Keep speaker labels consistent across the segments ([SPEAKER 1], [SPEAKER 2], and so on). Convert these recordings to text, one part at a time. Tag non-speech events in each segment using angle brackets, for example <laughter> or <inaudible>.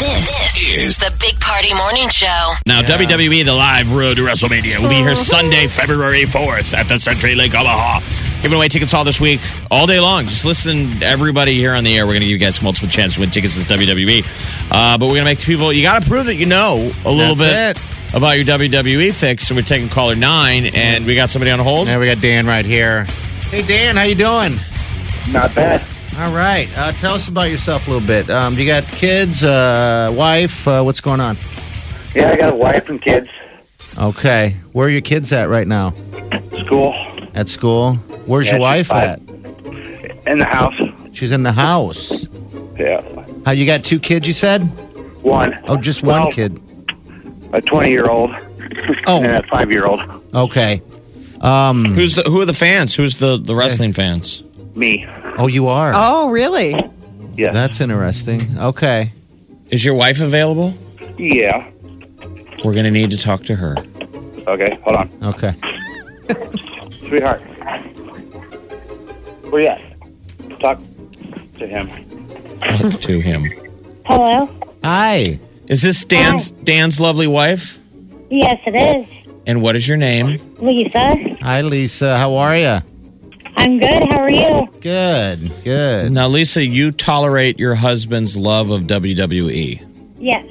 [SPEAKER 1] This is the Big Party Morning Show.
[SPEAKER 2] Now, WWE The Live Road to WrestleMania will be here Sunday, February 4th at the CenturyLink Omaha. Giving away tickets all this week, all day long. Just listen, to everybody here on the air. We're going to give you guys multiple chances to win tickets this WWE. Uh, but we're going to make people, you got to prove that you know a little
[SPEAKER 3] That's
[SPEAKER 2] bit about your WWE fix. So we're taking caller nine, and we got somebody on hold.
[SPEAKER 3] Now we got Dan right here. Hey Dan, how you doing?
[SPEAKER 4] Not bad.
[SPEAKER 3] All right. Uh, tell us about yourself a little bit. Um, you got kids, uh, wife? Uh, what's going on?
[SPEAKER 4] Yeah, I got a wife and kids.
[SPEAKER 3] Okay. Where are your kids at right now?
[SPEAKER 4] School.
[SPEAKER 3] At school? Where's
[SPEAKER 4] Yeah,
[SPEAKER 3] your wife
[SPEAKER 4] she's
[SPEAKER 3] at?
[SPEAKER 4] five. In the house.
[SPEAKER 3] She's in the house.
[SPEAKER 4] Yeah.
[SPEAKER 3] How you got two kids? You said?
[SPEAKER 4] One.
[SPEAKER 3] Oh, just one
[SPEAKER 4] Well,
[SPEAKER 3] kid.
[SPEAKER 4] A 20 year old.
[SPEAKER 3] Oh.
[SPEAKER 4] And a five year old.
[SPEAKER 3] Okay.
[SPEAKER 2] Who's the, who are the fans? Who's the, the wrestling fans?
[SPEAKER 4] Me.
[SPEAKER 3] Oh, you are.
[SPEAKER 5] Oh, really?
[SPEAKER 4] Yeah.
[SPEAKER 3] That's interesting. Okay.
[SPEAKER 2] Is your wife available?
[SPEAKER 4] yeah.
[SPEAKER 2] We're going to need to talk to her.
[SPEAKER 4] Okay, hold on.
[SPEAKER 3] Okay.
[SPEAKER 4] Sweetheart. Where you at? Talk to him.
[SPEAKER 2] Talk to him.
[SPEAKER 6] Hello?
[SPEAKER 3] Hi.
[SPEAKER 2] Is this Dan's Dan's lovely wife?
[SPEAKER 6] Yes, it is.
[SPEAKER 2] And what is your name?
[SPEAKER 6] Lisa,
[SPEAKER 3] Hi, Lisa. How are you?
[SPEAKER 6] I'm good. How are you?
[SPEAKER 3] Good. Good.
[SPEAKER 2] Now, Lisa, you tolerate your husband's love of WWE.
[SPEAKER 6] Yes.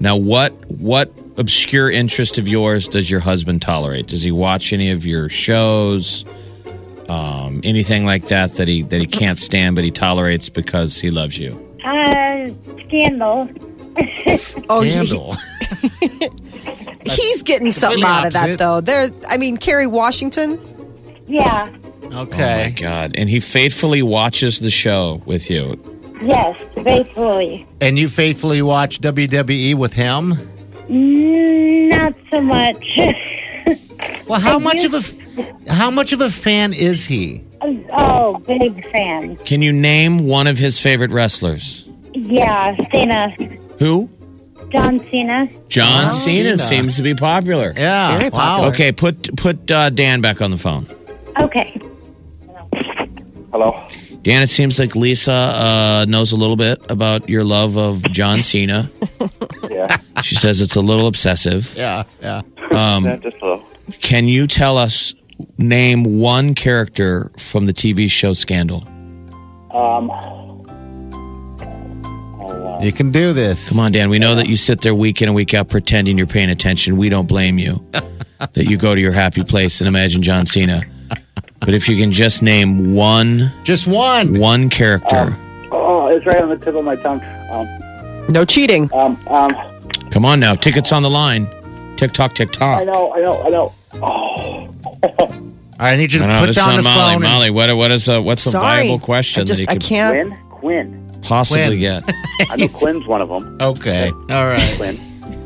[SPEAKER 2] Now, what what obscure interest of yours does your husband tolerate? Does he watch any of your shows? Um, anything like that that he that he can't stand but he tolerates because he loves you?
[SPEAKER 6] Uh, scandal. <laughs>
[SPEAKER 5] Oh, he-
[SPEAKER 3] Handle.
[SPEAKER 5] he's getting something
[SPEAKER 3] completely
[SPEAKER 5] out of
[SPEAKER 3] opposite.
[SPEAKER 5] that, though. There, I mean, Kerry Washington.
[SPEAKER 6] Yeah.
[SPEAKER 2] Oh my
[SPEAKER 3] <laughs> Okay.
[SPEAKER 2] God! And he faithfully watches the show with you.
[SPEAKER 6] Yes, faithfully.
[SPEAKER 3] And you faithfully watch WWE with him?
[SPEAKER 6] Mm, Not so much. <laughs>
[SPEAKER 3] Well, how much of a f- how much of a fan is he?
[SPEAKER 6] oh, big fan.
[SPEAKER 2] Can you name one of his favorite wrestlers?
[SPEAKER 6] Yeah, Cena.
[SPEAKER 2] Who?
[SPEAKER 6] John Cena.
[SPEAKER 2] John Cena,
[SPEAKER 3] Cena.
[SPEAKER 2] seems to be popular.
[SPEAKER 3] Yeah.
[SPEAKER 5] Very
[SPEAKER 3] wow.
[SPEAKER 5] popular.
[SPEAKER 2] Okay, put put uh, Dan back on the phone.
[SPEAKER 6] Okay.
[SPEAKER 4] Hello.
[SPEAKER 2] Dan, it seems like Lisa uh, knows a little bit about your love of John Cena.
[SPEAKER 4] <laughs> Yeah.
[SPEAKER 2] She says it's a little obsessive.
[SPEAKER 3] Yeah. Yeah.
[SPEAKER 4] Yeah, just hello.
[SPEAKER 2] Can you tell us name one character from the TV show Scandal?
[SPEAKER 4] Um,
[SPEAKER 3] You can do this.
[SPEAKER 2] Come on, Dan. We know that you sit there week in and week out pretending you're paying attention. We don't blame
[SPEAKER 4] <laughs>
[SPEAKER 2] you. that you go to your happy place and imagine John Cena. But if you can just name one
[SPEAKER 3] Just one.
[SPEAKER 2] one character,
[SPEAKER 4] oh, it's right on the tip of my tongue. Um,
[SPEAKER 5] No cheating.
[SPEAKER 4] um, um,
[SPEAKER 2] come on now. Tickets on the line. Tick tock, tick
[SPEAKER 4] I
[SPEAKER 2] tock.
[SPEAKER 4] know, I know, I know.
[SPEAKER 3] All right, I need you to
[SPEAKER 2] I know,
[SPEAKER 3] put
[SPEAKER 2] this
[SPEAKER 3] down
[SPEAKER 2] is
[SPEAKER 3] the
[SPEAKER 2] on Molly.
[SPEAKER 3] phone.
[SPEAKER 2] Molly, what, what is a, what's a
[SPEAKER 5] Sorry.
[SPEAKER 2] viable question
[SPEAKER 5] I just,
[SPEAKER 2] that
[SPEAKER 5] I
[SPEAKER 2] he could
[SPEAKER 5] can't.
[SPEAKER 4] Quinn? Quinn.
[SPEAKER 2] possibly
[SPEAKER 3] Quinn. <laughs>
[SPEAKER 2] get?
[SPEAKER 4] I know Quinn's one of them.
[SPEAKER 3] and- okay. All
[SPEAKER 2] <laughs>
[SPEAKER 3] right.
[SPEAKER 4] Quinn.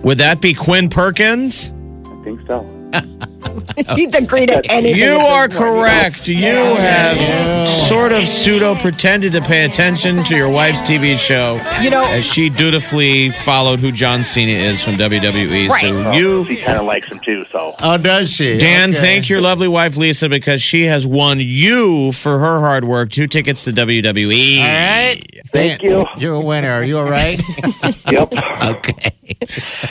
[SPEAKER 2] Would that be Quinn Perkins?
[SPEAKER 4] I think so.
[SPEAKER 5] <laughs> He'd agree to
[SPEAKER 2] <laughs>
[SPEAKER 5] anything.
[SPEAKER 2] You
[SPEAKER 5] at this
[SPEAKER 2] are
[SPEAKER 5] point.
[SPEAKER 2] correct. You have sort of pseudo pretended to pay attention to your wife's TV show
[SPEAKER 5] You know,
[SPEAKER 2] as she dutifully followed who John Cena is from WWE. So you,
[SPEAKER 4] She kind of likes him too, so.
[SPEAKER 3] Oh, does she?
[SPEAKER 2] Dan,
[SPEAKER 3] okay.
[SPEAKER 2] thank your lovely wife Lisa because she has won you for her hard work two tickets to E. WWE.
[SPEAKER 3] All right.
[SPEAKER 4] Thank
[SPEAKER 3] Dan,
[SPEAKER 4] you.
[SPEAKER 3] You're a winner. Are you all
[SPEAKER 2] <laughs>
[SPEAKER 3] right?
[SPEAKER 4] Yep. <laughs>
[SPEAKER 3] okay.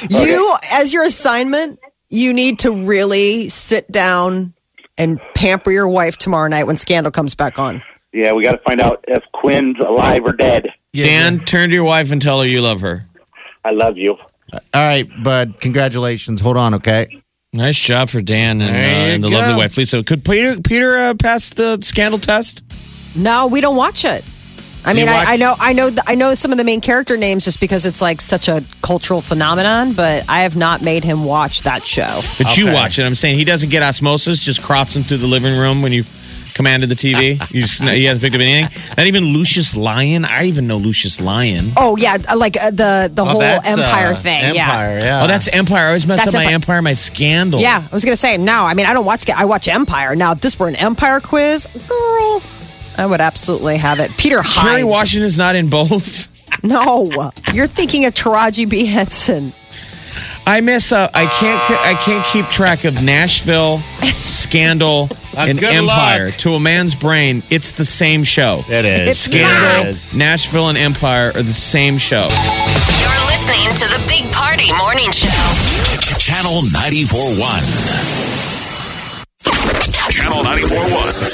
[SPEAKER 5] you as your assignment, you need to really sit down and pamper your wife tomorrow night when Scandal comes back on.
[SPEAKER 4] Yeah, we got to find out if Quinn's alive or dead.
[SPEAKER 3] Yeah,
[SPEAKER 2] Dan, turn to your wife and tell her you love her.
[SPEAKER 4] I love you.
[SPEAKER 3] yeah. All right, bud. Congratulations. Hold on, okay?
[SPEAKER 2] Nice job for Dan and, uh,
[SPEAKER 3] There you
[SPEAKER 2] and the
[SPEAKER 3] go.
[SPEAKER 2] lovely wife Lisa. Could Peter Peter uh, pass the scandal test?
[SPEAKER 5] No, we don't watch it. I
[SPEAKER 2] You
[SPEAKER 5] mean,
[SPEAKER 2] watch-
[SPEAKER 5] I, I know, I know, th- I know some of the main character names just because it's like such a cultural phenomenon. But I have not made him watch that show.
[SPEAKER 2] But you
[SPEAKER 3] Okay.
[SPEAKER 2] watch it. I'm saying he doesn't get osmosis; just crops him through the living room when you commanded the
[SPEAKER 3] <laughs>
[SPEAKER 2] TV. You, just, you haven't picked up anything. Not even Lucius Lyon. I even know Lucius Lyon.
[SPEAKER 5] Oh yeah, like uh, the the
[SPEAKER 3] Oh,
[SPEAKER 5] whole
[SPEAKER 3] that's, uh,
[SPEAKER 5] empire thing. Yeah.
[SPEAKER 3] Empire, yeah.
[SPEAKER 2] Oh, that's Empire. I always mess
[SPEAKER 5] That's
[SPEAKER 2] up my
[SPEAKER 5] Empire.
[SPEAKER 2] Empire, my Scandal.
[SPEAKER 5] Yeah, I was gonna say no. I mean, I don't watch. I watch Empire. Now, if this were an Empire quiz, girl, I would absolutely have it. Peter Hines.
[SPEAKER 2] Kerry Washington's not in both. <laughs>
[SPEAKER 5] No, you're thinking of Taraji B Henson.
[SPEAKER 2] I miss. Uh, I can't. I can't keep track of Nashville, Scandal,
[SPEAKER 3] Uh,
[SPEAKER 2] and
[SPEAKER 3] good
[SPEAKER 2] Empire.
[SPEAKER 3] luck.
[SPEAKER 2] To a man's brain, it's the same show.
[SPEAKER 3] It is.
[SPEAKER 5] It's
[SPEAKER 2] Scandal,
[SPEAKER 3] It is.
[SPEAKER 2] Nashville, and Empire are the same show.
[SPEAKER 7] You're listening to the Big Party Morning Show.
[SPEAKER 8] Channel 94.1. Channel 94.1.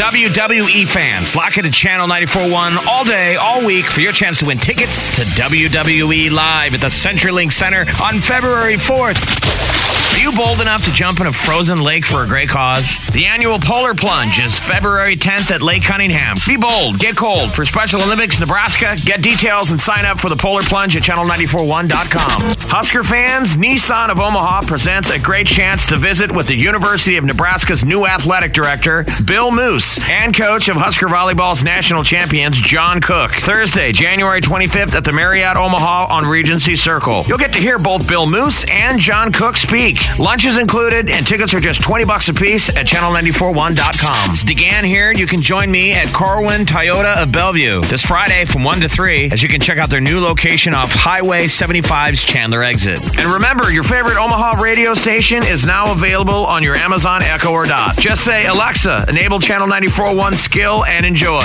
[SPEAKER 2] WWE E fans, lock into Channel 94.1 all day, all week for your chance to win tickets to WWE Live at the CenturyLink Center on February 4th. Are you bold enough to jump in a frozen lake for a great cause? The annual Polar Plunge is February 10th at Lake Cunningham. Be bold, get cold. For Special Olympics Nebraska, get details and sign up for the Polar Plunge at channel941.com. Husker fans, Nissan of Omaha presents a great chance to visit with the University of Nebraska's new athletic director, Bill Moose, and coach of Husker Volleyball's national champions, John Cook. Thursday, January 25th at the Marriott Omaha on Regency Circle. You'll get to hear both Bill Moose and John Cook speak. Lunch is included, and tickets are just 20 bucks a piece at channel941.com. It's DeGan here. You can join me at Corwin Toyota of Bellevue this Friday from 1 to 3 as you can check out their new location off Highway 75's Chandler exit. And remember, your favorite Omaha radio station is now available on your Amazon Echo or Dot. Just say, Alexa, enable Channel 941 skill and enjoy.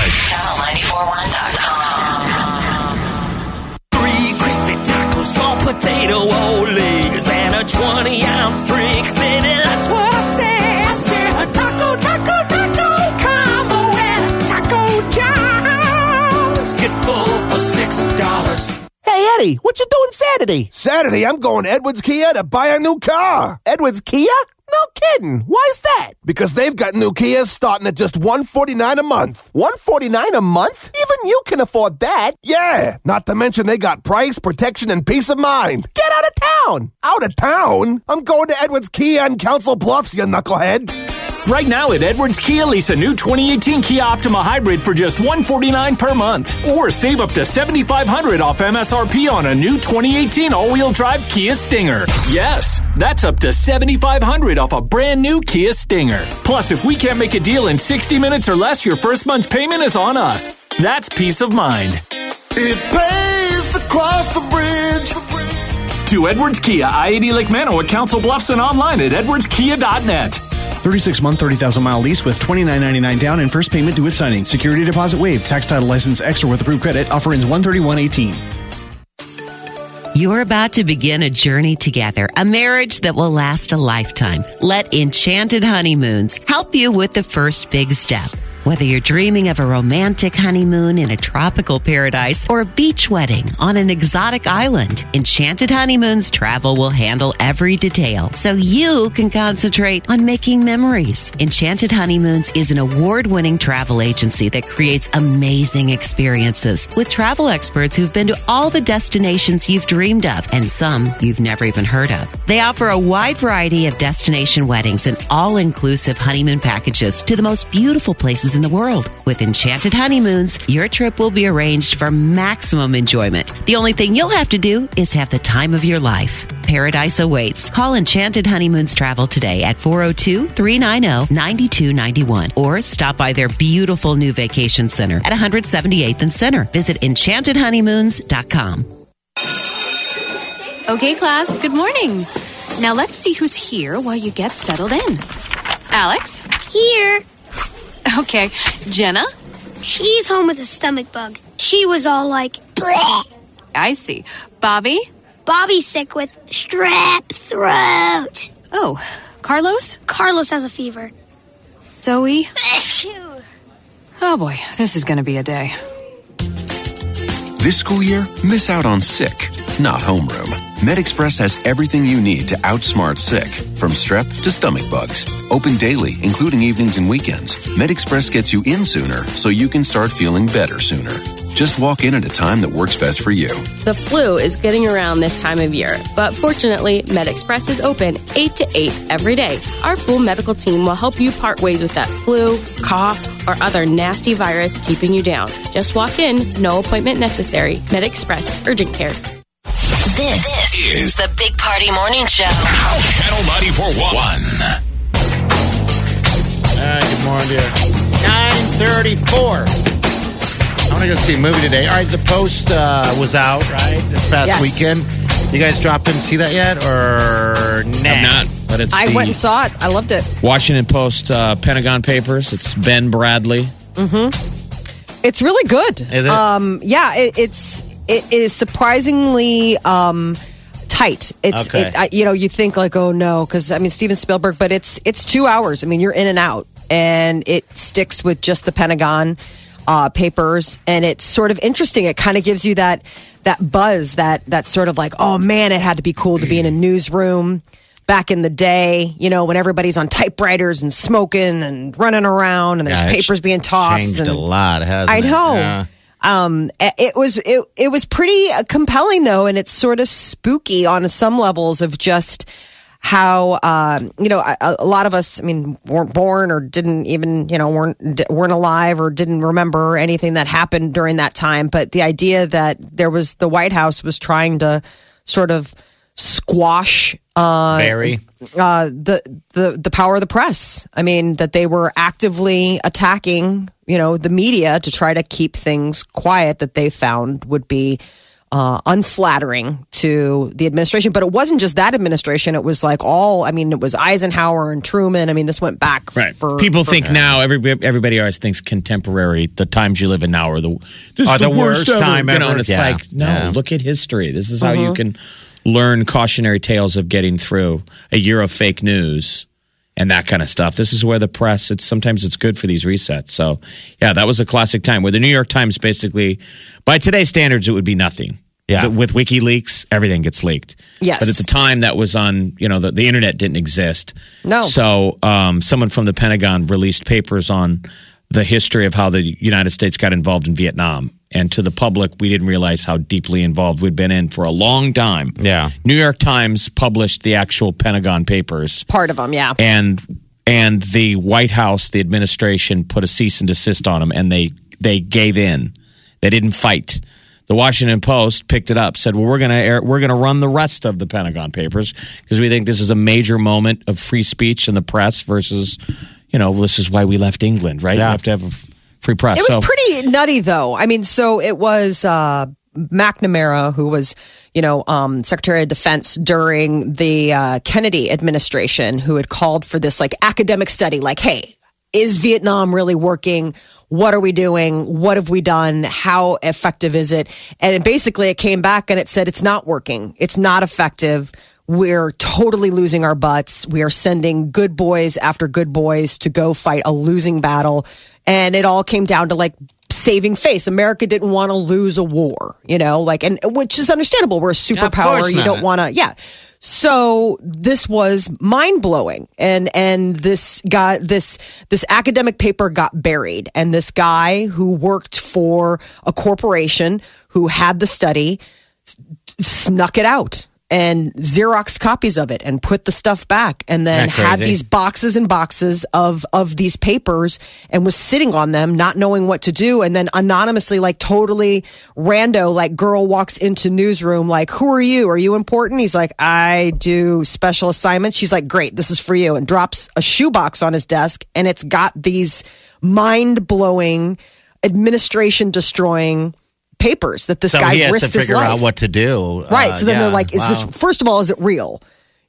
[SPEAKER 7] Channel941.com.
[SPEAKER 9] Three crispy tacos, small potato olives, and a 20 ounce drink. Then that's what I said. I said a taco, taco, taco combo at Taco John's. Get full for six dollars.
[SPEAKER 10] Hey, Eddie, what you doing Saturday? Saturday, I'm going to Edwards Kia to buy a new car. Edwards Kia? No kidding. Why's that? Because they've got new Kias starting at just 149 a month. 149 a month? Even you can afford that. Yeah, not to mention they got price, protection, and peace of mind. Get out of town. Out of town? I'm going to Edwards Kia and Council Bluffs, you knucklehead.
[SPEAKER 9] Right now at Edwards Kia, lease a new 2018 Kia Optima Hybrid for just 149 per month, or save up to 7,500 off MSRP on a new 2018 all-wheel drive Kia Stinger. Yes, that's up to 7,500 off a brand new Kia Stinger. Plus, if we can't make a deal in 60 minutes or less, your first month's payment is on us. That's peace of mind.
[SPEAKER 10] It pays to cross the bridge.
[SPEAKER 9] To Edwards Kia, I-80 Lake Manor at Council Bluffs and online at edwardskia.net.
[SPEAKER 11] 36 month, 30,000 mile lease with 29.99 down and first payment due at signing. Security deposit waived. Tax title license extra with approved credit. Offer ends 131.18.
[SPEAKER 1] You're about to begin a journey together, a marriage that will last a lifetime. Let Enchanted Honeymoons help you with the first big step. Whether you're dreaming of a romantic honeymoon in a tropical paradise or a beach wedding on an exotic island, Enchanted Honeymoons Travel will handle every detail so you can concentrate on making memories. Enchanted Honeymoons is an award winning travel agency that creates amazing experiences with travel experts who've been to all the destinations you've dreamed of and some you've never even heard of. They offer a wide variety of destination weddings and all inclusive honeymoon packages to the most beautiful places in the world. With Enchanted Honeymoons, your trip will be arranged for maximum enjoyment. The only thing you'll have to do is have the time of your life. Paradise awaits. Call Enchanted Honeymoons Travel today at 402 390 9291 or stop by their beautiful new vacation center at 178th and Center. Visit enchantedhoneymoons.com.
[SPEAKER 5] Okay, class. Good morning. Now let's see who's here while you get settled in. Alex,
[SPEAKER 12] Here,
[SPEAKER 5] okay. Jenna,
[SPEAKER 12] she's home with a stomach bug. She was all like, Bleh.
[SPEAKER 5] I see. Bobby,
[SPEAKER 12] Bobby's sick with strep throat.
[SPEAKER 5] oh, Carlos,
[SPEAKER 12] Carlos has a fever.
[SPEAKER 5] Zoe. Oh boy, this is going to be a day.
[SPEAKER 8] This school year, miss out on sick, not homeroom. MedExpress has everything you need to outsmart sick, from strep to stomach bugs. Open daily, including evenings and weekends. MedExpress gets you in sooner so you can start feeling better sooner.
[SPEAKER 13] Just walk in at a time that works best for you.
[SPEAKER 14] The flu is getting around this time of year, but fortunately, MedExpress is open 8 to 8 every day. Our full medical team will help you part ways with that flu, cough, or other nasty virus keeping you down. Just walk in, no appointment necessary. MedExpress Urgent Care.
[SPEAKER 15] This, is the Big Party Morning Show.
[SPEAKER 16] Channel 941.
[SPEAKER 3] Uh, good morning, dear. 934. I want to go see a movie today. All right, The Post uh, was out, right, this past
[SPEAKER 5] Yes.
[SPEAKER 3] weekend. You guys dropped in and see that yet, or nah?
[SPEAKER 10] not, but it's
[SPEAKER 5] I
[SPEAKER 10] the
[SPEAKER 5] went and saw it. I loved it.
[SPEAKER 10] Washington Post uh, Pentagon Papers. It's Ben Bradley.
[SPEAKER 5] Mm-hmm. It's really good.
[SPEAKER 10] Is it?
[SPEAKER 5] Um, yeah, it, it's it is surprisingly um, tight. It's
[SPEAKER 3] Okay.
[SPEAKER 5] it, I, you know you think like oh no because I mean Steven Spielberg, but it's it's two hours. I mean you're in and out, and it sticks with just the Pentagon uh, papers, and it's sort of interesting. It kind of gives you that that buzz that that sort of like oh man, it had to be cool to be in a newsroom. Back in the day, you know, when everybody's on typewriters and smoking and running around, and there's
[SPEAKER 3] Yeah, it's
[SPEAKER 5] papers being tossed.
[SPEAKER 3] Changed
[SPEAKER 5] and
[SPEAKER 3] a lot, hasn't
[SPEAKER 5] I
[SPEAKER 3] it?
[SPEAKER 5] know.
[SPEAKER 3] Yeah.
[SPEAKER 5] Um, it- it was it, it was pretty uh, compelling though, and it's sort of spooky on some levels of just how um, you know a, a lot of us. I mean, weren't born or didn't even you know weren't d- weren't alive or didn't remember anything that happened during that time. But the idea that there was the White House was trying to sort of squash uh,
[SPEAKER 3] Barry.
[SPEAKER 5] uh, the the the power of the press. I mean that they were actively attacking, you know, the media to try to keep things quiet that they found would be uh, unflattering to the administration. But it wasn't just that administration; it was like all. I mean, it was Eisenhower and Truman. I mean, this went back f-
[SPEAKER 10] Right.
[SPEAKER 5] for
[SPEAKER 10] People
[SPEAKER 5] for-
[SPEAKER 10] think now. Every, everybody always thinks contemporary. The times you live in now are the this
[SPEAKER 3] Are
[SPEAKER 10] is
[SPEAKER 3] the
[SPEAKER 10] the,
[SPEAKER 3] worst
[SPEAKER 10] ever. Uh-huh.
[SPEAKER 3] time
[SPEAKER 10] You know,
[SPEAKER 3] ever.
[SPEAKER 10] and it's
[SPEAKER 3] Yeah.
[SPEAKER 10] like no.
[SPEAKER 3] Yeah.
[SPEAKER 10] Look at history. This is how you
[SPEAKER 3] Mhm.
[SPEAKER 10] can learn cautionary tales of getting through a year of fake news and that kind of stuff. This is where the press. It's sometimes it's good for these resets. So yeah, that was a classic time where the New York Times basically, by today's standards, it would be nothing. Yeah. with WikiLeaks, everything gets leaked.
[SPEAKER 5] Yes.
[SPEAKER 10] But at the time, that was on, you know, the, the internet didn't exist.
[SPEAKER 5] No.
[SPEAKER 10] So um, someone from the Pentagon released papers on the history of how the United States got involved in Vietnam. And to the public, we didn't realize how deeply involved we'd been in for a long time. Yeah. New York Times published the actual Pentagon papers
[SPEAKER 5] part of them. Yeah,
[SPEAKER 10] and and the White House, the administration put a cease and desist on them, and they they gave in. They didn't fight. The Washington Post picked it up, said, "Well, we're gonna air, we're gonna run the rest of the Pentagon Papers because we think this is a major moment of free speech and the press versus, you know, this is why we left England, right? You have to have a f- free press."
[SPEAKER 5] It
[SPEAKER 10] so,
[SPEAKER 5] was pretty nutty, though. I mean, so it was uh, McNamara who was, you know, um, Secretary of Defense during the uh, Kennedy administration, who had called for this like academic study, like, hey, is Vietnam really working? What are we doing? What have we done? How effective is it? And it basically, it came back and it said it's not working. It's not effective. We're totally losing our butts. We are sending good boys after good boys to go fight a losing battle. And it all came down to like saving face. America didn't want to lose a war, you know, like, and which is understandable. We're a superpower.
[SPEAKER 17] course
[SPEAKER 5] you don't
[SPEAKER 17] not.
[SPEAKER 5] want to, yeah. So this was mind blowing, and and this guy, this this academic paper got buried, and this guy who worked for a corporation who had the study snuck it out and Xerox copies of it and put the stuff back and then
[SPEAKER 17] Isn't that
[SPEAKER 5] had
[SPEAKER 17] crazy?
[SPEAKER 5] these boxes and boxes of of these papers and was sitting on them not knowing what to do and then anonymously like totally rando like girl walks into newsroom like who are you are you important he's like I do special assignments she's like great this is for you and drops a shoebox on his desk and it's got these mind-blowing administration destroying papers that this
[SPEAKER 3] so
[SPEAKER 5] guy
[SPEAKER 3] he has to
[SPEAKER 5] risked his
[SPEAKER 3] figure
[SPEAKER 5] life
[SPEAKER 3] out what to do.
[SPEAKER 5] Right.
[SPEAKER 3] Uh,
[SPEAKER 5] so then
[SPEAKER 3] yeah,
[SPEAKER 5] they're like, is this,
[SPEAKER 3] wow.
[SPEAKER 5] first of all, is it real?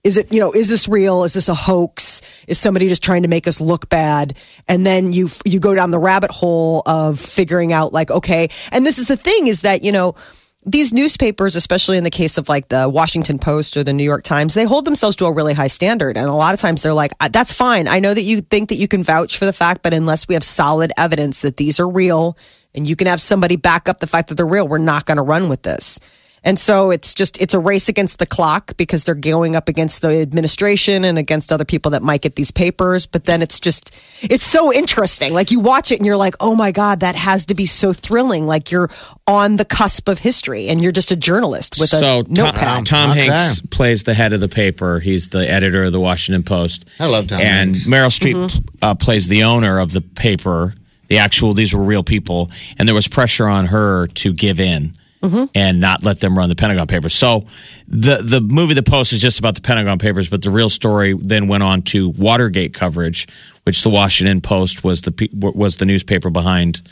[SPEAKER 5] Is it, you know, is this real? Is this a hoax? Is somebody just trying to make us look bad? And then you, you go down the rabbit hole of figuring out like, okay. And this is the thing is that, you know, these newspapers, especially in the case of like the Washington Post or the New York Times, they hold themselves to a really high standard. And a lot of times they're like, "Uh, that's fine. I know that you think that you can vouch for the fact, but unless we have solid evidence that these are real and you can have somebody back up the fact that they're real, we're not going to run with this. And so it's just it's a race against the clock because they're going up against the administration and against other people that might get these papers. But then it's just it's so interesting. Like you watch it and you're like, oh my god, that has to be so thrilling. Like you're on the cusp of history and you're just a journalist with
[SPEAKER 10] so
[SPEAKER 5] a
[SPEAKER 10] Tom,
[SPEAKER 5] notepad.
[SPEAKER 10] Tom Hanks plays the head of the paper. He's the editor of the Washington Post.
[SPEAKER 3] I love Tom
[SPEAKER 10] And
[SPEAKER 3] Hanks.
[SPEAKER 10] Meryl Streep
[SPEAKER 3] Mhm.
[SPEAKER 10] uh, plays the owner of the paper. The actual these were real people, and there was pressure on her to give in
[SPEAKER 3] Mm-hmm.
[SPEAKER 10] and not let them run the Pentagon Papers. So the the movie The Post is just about the Pentagon Papers, but the real story then went on to Watergate coverage, which the Washington Post was the pe- was the newspaper behind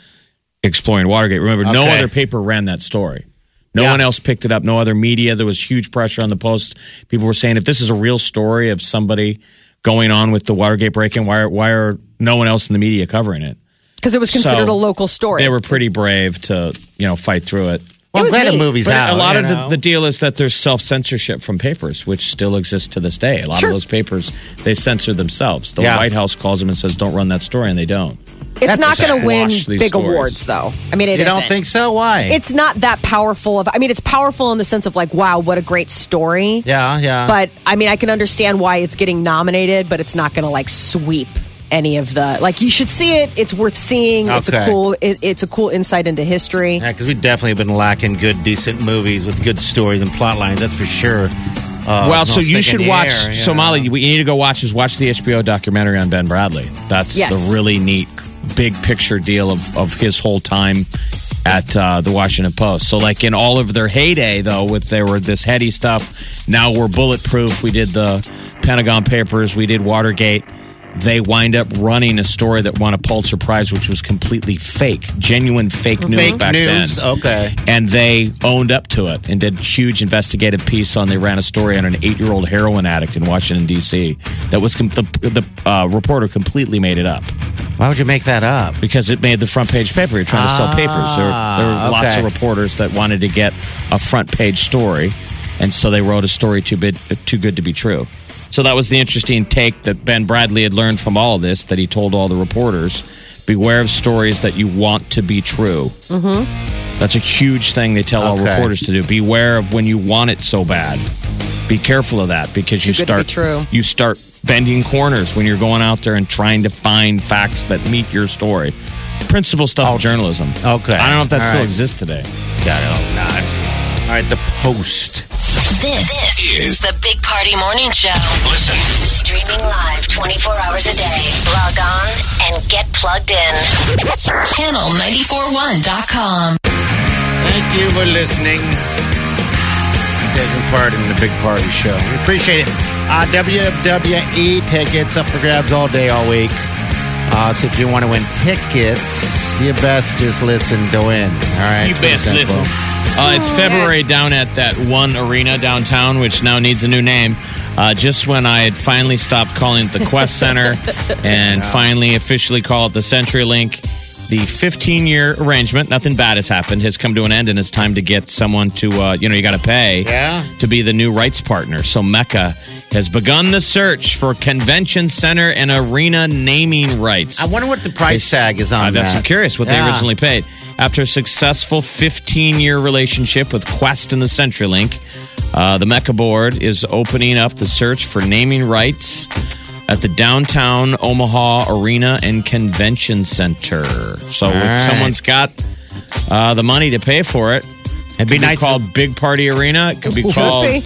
[SPEAKER 10] exploring Watergate. Remember, no
[SPEAKER 17] Okay.
[SPEAKER 10] other paper ran that story. No
[SPEAKER 17] Yeah.
[SPEAKER 10] one else picked it up. No other media. There was huge pressure on the Post. People were saying, if this is a real story of somebody going on with the Watergate break-in, why are, why are no one else in the media covering it?
[SPEAKER 5] Because it was considered
[SPEAKER 10] So,
[SPEAKER 5] a local story.
[SPEAKER 10] They were pretty brave to, you know, fight through it.
[SPEAKER 5] Well, I'm It was glad a neat. movie's
[SPEAKER 10] But
[SPEAKER 5] out,
[SPEAKER 10] A lot
[SPEAKER 5] you
[SPEAKER 10] of the,
[SPEAKER 5] know.
[SPEAKER 10] the deal is that there's self censorship from papers, which still exists to this day. A lot of those papers they censor themselves. The
[SPEAKER 5] Yeah.
[SPEAKER 10] White House calls them and says, "Don't run that story," and they don't.
[SPEAKER 5] It's not going to win
[SPEAKER 10] Squash these
[SPEAKER 5] big
[SPEAKER 10] stories.
[SPEAKER 5] awards, though. I mean, it
[SPEAKER 10] You don't
[SPEAKER 5] isn't.
[SPEAKER 10] think so? Why?
[SPEAKER 5] It's not that powerful of. I mean, it's powerful in the sense of like, wow, what a great story.
[SPEAKER 3] Yeah, yeah.
[SPEAKER 5] But I mean, I can understand why it's getting nominated, but it's not going to like sweep any of the. Like, you should see it. It's worth seeing. It's a
[SPEAKER 3] Okay.
[SPEAKER 5] cool. It, it's a cool insight into history.
[SPEAKER 3] Yeah, because we definitely have been lacking good, decent movies with good stories and plot lines. That's for sure. Uh,
[SPEAKER 10] well,
[SPEAKER 3] no
[SPEAKER 10] so you
[SPEAKER 3] stick in
[SPEAKER 10] should
[SPEAKER 3] the
[SPEAKER 10] watch.
[SPEAKER 3] air, you
[SPEAKER 10] so
[SPEAKER 3] know.
[SPEAKER 10] Molly, what you need to go watch is watch the HBO documentary on Ben Bradley. That's
[SPEAKER 3] Yes.
[SPEAKER 10] the really neat, big picture deal of of his whole time at uh, the Washington Post. So, like in all of their heyday, though, with they were this heady stuff. Now we're bulletproof. We did the Pentagon Papers. We did Watergate. They wind up running a story that won a Pulitzer Prize, which was completely fake, genuine fake news
[SPEAKER 3] Fake
[SPEAKER 10] back
[SPEAKER 3] news.
[SPEAKER 10] then
[SPEAKER 3] Okay.
[SPEAKER 10] and they owned up to it and did a huge investigative piece on they ran a story on an eight-year-old heroin addict in washington d.c that was com- the, the uh, reporter completely made it up
[SPEAKER 3] why would you make that up
[SPEAKER 10] because it made the front page paper you're trying to sell papers there, there were
[SPEAKER 3] Ah,
[SPEAKER 10] lots of
[SPEAKER 3] okay.
[SPEAKER 10] reporters that wanted to get a front page story and so they wrote a story too, big, too good to be true so that was the interesting take that ben bradley had learned from all of this that he told all the reporters beware of stories that you want to be true
[SPEAKER 5] Mm-hmm.
[SPEAKER 10] that's a huge thing they tell all
[SPEAKER 3] Okay.
[SPEAKER 10] reporters to do. Beware of when you want it so bad. Be careful of that because you
[SPEAKER 5] Too good to be true.
[SPEAKER 10] start you start bending corners when you're going out there and trying to find facts that meet your story. Principal stuff of journalism. Okay. I don't know if that
[SPEAKER 3] Oh, All
[SPEAKER 10] still
[SPEAKER 3] right.
[SPEAKER 10] exists today.
[SPEAKER 3] Got it. Oh, God. All right, the post.
[SPEAKER 15] This, is the Big Party Morning Show. Listen. Streaming live 24 hours a day. Log on and get plugged in. Channel941.com.
[SPEAKER 3] Thank you for listening. and Taking part in the Big Party Show. We appreciate it. Uh, WWE tickets up for grabs all day, all week. Uh, so if you want to win tickets, you best just listen to win. All right.
[SPEAKER 10] You best
[SPEAKER 3] Pretty simple.
[SPEAKER 10] listen. Uh, it's February down at that one arena downtown, which now needs a new name. Uh, just when I had finally stopped calling it the Quest Center and finally officially call it the CenturyLink, the 15 year arrangement, nothing bad has happened, has come to an end, and it's time to get someone to, uh, you know, you got to pay to be the new rights partner. So Mecca has begun the search for convention center and arena naming rights.
[SPEAKER 3] I wonder what the price tag is on
[SPEAKER 10] Uh, that's
[SPEAKER 3] that.
[SPEAKER 10] I'm curious what
[SPEAKER 3] Yeah.
[SPEAKER 10] they originally paid. After a successful 15 year relationship with Quest and the CenturyLink, uh, the Mecca board is opening up the search for naming rights at the downtown Omaha Arena and Convention Center. So
[SPEAKER 3] All
[SPEAKER 10] if
[SPEAKER 3] right.
[SPEAKER 10] someone's got uh, the money to pay for it, it'd be,
[SPEAKER 3] nice
[SPEAKER 10] called Big Party Arena.
[SPEAKER 3] <laughs>
[SPEAKER 10] It could be
[SPEAKER 5] Should
[SPEAKER 10] called
[SPEAKER 5] be.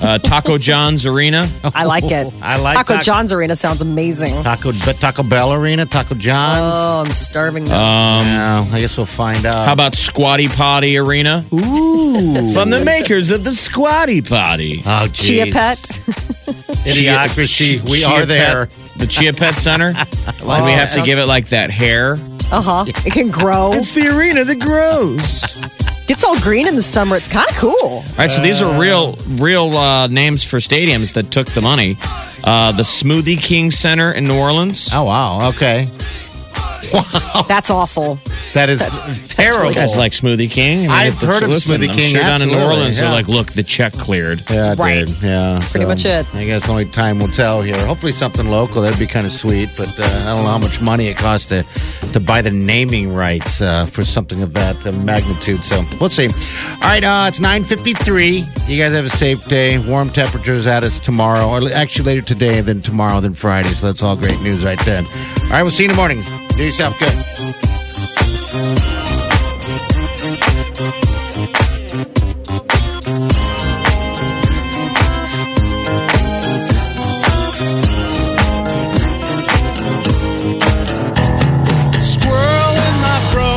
[SPEAKER 10] uh, Taco John's Arena.
[SPEAKER 5] <laughs> I like it.
[SPEAKER 3] Oh. I like
[SPEAKER 5] Taco
[SPEAKER 3] Taco-
[SPEAKER 5] John's arena. Sounds amazing.
[SPEAKER 3] Taco, Taco Bell Arena, Taco John's.
[SPEAKER 5] Oh, I'm starving. Now.
[SPEAKER 10] Um,
[SPEAKER 3] I guess we'll find out.
[SPEAKER 10] How about Squatty Potty Arena?
[SPEAKER 5] Ooh.
[SPEAKER 10] From the makers of the Squatty Potty.
[SPEAKER 3] Oh,
[SPEAKER 5] Chia pet. <laughs>
[SPEAKER 3] Idiocracy. We are there.
[SPEAKER 10] the Chia
[SPEAKER 3] <laughs>
[SPEAKER 10] Pet Center. and we
[SPEAKER 5] it.
[SPEAKER 10] have to give it like that hair.
[SPEAKER 5] Uh huh. It can <laughs> grow. It's
[SPEAKER 10] the arena that grows.
[SPEAKER 5] It's all green in the summer. It's kind of cool.
[SPEAKER 10] All right, so these are real, real uh, names for stadiums that took the money. Uh, the Smoothie King Center in New Orleans.
[SPEAKER 3] Oh wow! Okay.
[SPEAKER 5] That's awful.
[SPEAKER 3] That is terrible.
[SPEAKER 18] You guys like Smoothie King?
[SPEAKER 3] I've
[SPEAKER 18] if it's-
[SPEAKER 3] heard of
[SPEAKER 18] listen,
[SPEAKER 3] Smoothie
[SPEAKER 18] I'm
[SPEAKER 3] King,
[SPEAKER 18] Sure down in New
[SPEAKER 3] absolutely,
[SPEAKER 18] Orleans,
[SPEAKER 3] yeah.
[SPEAKER 18] they're like, look, the check cleared.
[SPEAKER 3] Yeah, it did. Yeah, that's
[SPEAKER 5] pretty much it.
[SPEAKER 3] I guess only time will tell here. Hopefully, something local. That'd be kind of sweet, but uh, I don't know how much money it costs to to buy the naming rights uh, for something of that uh, magnitude. So we'll see. All right, uh, it's nine fifty three. You guys have a safe day. Warm temperatures at us tomorrow, or actually later today, then tomorrow, then Friday. So that's all great news right then. All right, we'll see you in the morning. Do yourself good.
[SPEAKER 10] Squirrel in my fro.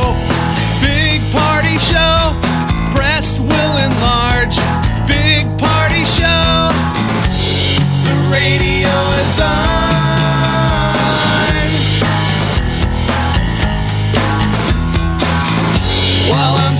[SPEAKER 10] Big party show. Breast will enlarge. Big party show. The radio is on. While I'm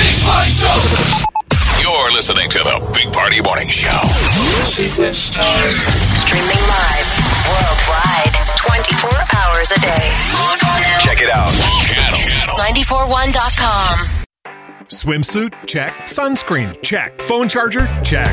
[SPEAKER 10] Big party show.
[SPEAKER 19] You're listening to the Big Party Morning Show.
[SPEAKER 1] Sequence time. Streaming live worldwide 24 hours a day. Log on now.
[SPEAKER 19] Check it out. Channel.
[SPEAKER 1] 941.com.
[SPEAKER 2] Swimsuit? Check. Sunscreen? Check. Phone charger? Check.